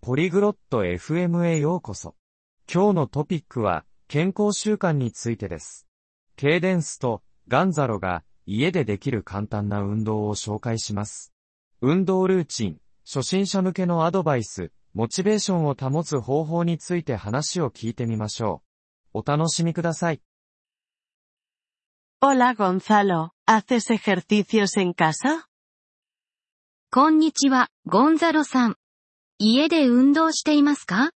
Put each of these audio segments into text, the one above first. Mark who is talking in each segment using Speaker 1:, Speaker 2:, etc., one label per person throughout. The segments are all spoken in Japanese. Speaker 1: ポリグロット FM へようこそ。今日のトピックは、健康習慣についてです。ケイデンスとガンザロが家でできる簡単な運動を紹介します。運動ルーチン、初心者向けのアドバイス、モチベーションを保つ方法について話を聞いてみましょう。お楽しみください。
Speaker 2: Hola Gonzalo, ¿haces ejercicios en casa?
Speaker 3: こんにちは、ゴンザロさん。家で運動していますか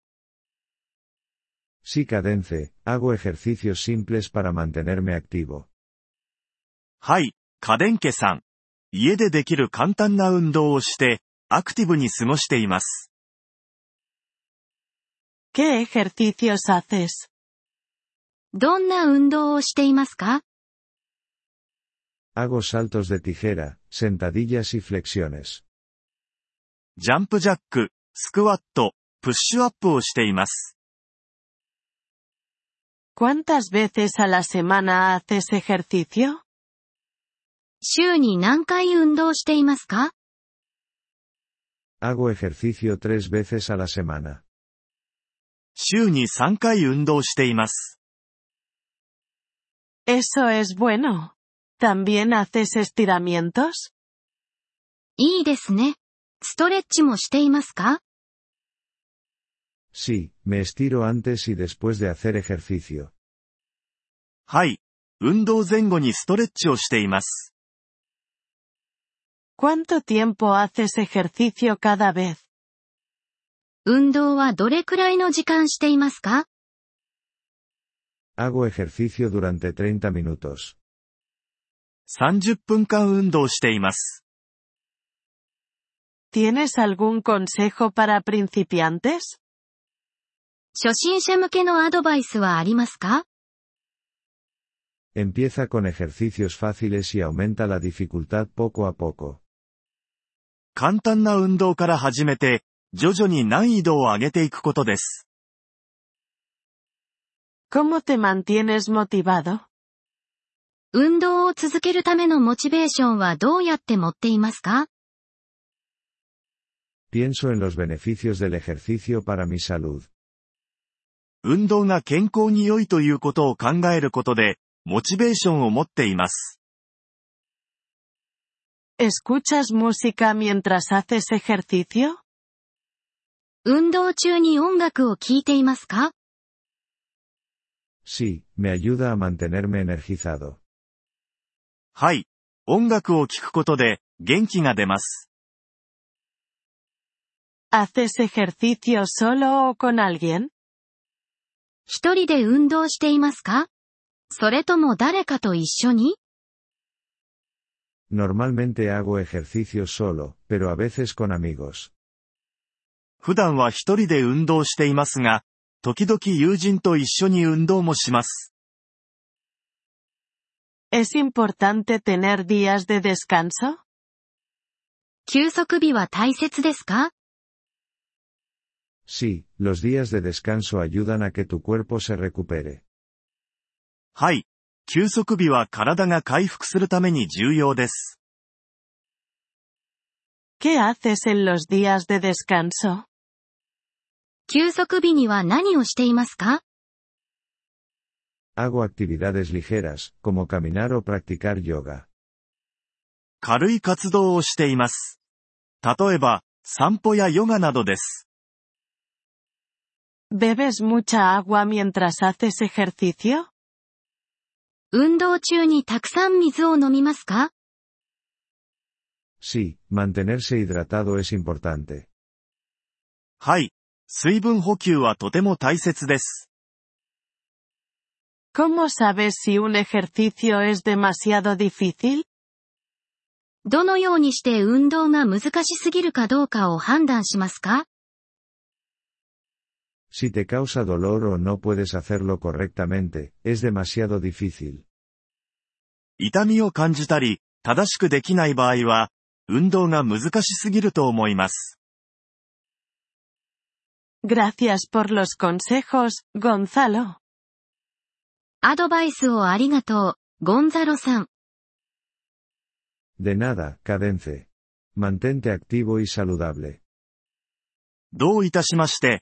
Speaker 4: Sí, Cadence, hago ejercicios simples para mantenerme activo.
Speaker 5: はい、カデンケさん。家でできる簡単な運動をして、アクティブに過ごしています。
Speaker 2: ¿Qué ejercicios haces?
Speaker 3: どんな運動をしていますか
Speaker 4: Hago saltos de tijera, sentadillas y flexiones.
Speaker 5: ジャンプジャック、スクワット、プッシュアップをしています。
Speaker 2: ¿Cuántas veces a la semana haces ejercicio?
Speaker 3: 週に何回運動していますか
Speaker 4: Hago ejercicio tres veces a la semana.
Speaker 5: 週に3回運動しています。
Speaker 2: Eso es bueno. ¿También haces estiramientos?
Speaker 3: いいですね。ストレッチもしていますか
Speaker 4: Sí, me estiro antes y después de hacer ejercicio.
Speaker 5: はい。運動前後にストレッチをしています。
Speaker 2: ¿Cuánto tiempo haces ejercicio cada vez?
Speaker 3: 運動はどれくらいの時間していますか
Speaker 4: Hago ejercicio durante 30 minutos.
Speaker 5: 30分間運動しています。
Speaker 2: ¿Tienes algún consejo para principiantes?
Speaker 3: 初心者向けのアドバイスはありますか
Speaker 4: Empieza con ejercicios fáciles y aumenta la dificultad poco a poco.
Speaker 5: 簡単な運動から始めて、徐々に難易度を上げていくことです。
Speaker 2: ¿Cómo te mantienes motivado?
Speaker 3: 運動を続けるためのモチベーションはどうやって持っていますか
Speaker 4: Pienso en los beneficios del ejercicio para mi salud.
Speaker 5: 運動が健康に良いということを考えることで、モチベーションを持っています。
Speaker 2: ¿Escuchas música mientras haces ejercicio?
Speaker 3: 運動中に音楽を聴いていますか
Speaker 4: Sí, me ayuda a mantenerme energizado.
Speaker 5: はい。音楽を聴くことで、元気が出ます。
Speaker 2: ¿Haces ejercicio solo o con alguien?
Speaker 3: 一人で運動していますかそれとも誰かと一緒に
Speaker 4: Normalmente hago ejercicio solo, pero a veces con amigos.
Speaker 5: 普段は一人で運動していますが、時々友人と一緒に運動もします。
Speaker 2: Es importante tener días de descanso?
Speaker 3: 休息日は大切ですか
Speaker 4: Sí, los días de descanso ayudan a que tu cuerpo se recupere.
Speaker 5: はい。休息日は体が回復するために重要です。
Speaker 2: ¿Qué haces en los días de descanso?
Speaker 3: 休息日には何をしていますか
Speaker 4: Hago actividades ligeras, como caminar o practicar yoga.
Speaker 5: 軽い活動をしています。例えば、散歩やヨガなどです。
Speaker 2: ¿Bebes mucha agua mientras haces ejercicio?
Speaker 3: 運動中にたくさん水を飲みますか
Speaker 4: Sí, mantenerse hidratado es importante.
Speaker 5: はい。水分補給はとても大切です。
Speaker 2: ¿Cómo sabes si un ejercicio es demasiado difícil?
Speaker 3: どのようにして運動が難しすぎるかどうかを判断しますか
Speaker 4: Si te causa dolor o no puedes hacerlo correctamente, es demasiado difícil.
Speaker 5: 痛みを感じたり、正しくできない場合は、運動が難しすぎると思います。
Speaker 2: Gracias por los consejos, Gonzalo.
Speaker 3: アドバイスをありがとう、ゴンザロさん。
Speaker 4: De nada, cadence. Mantente activo y saludable.
Speaker 5: どういたしまして、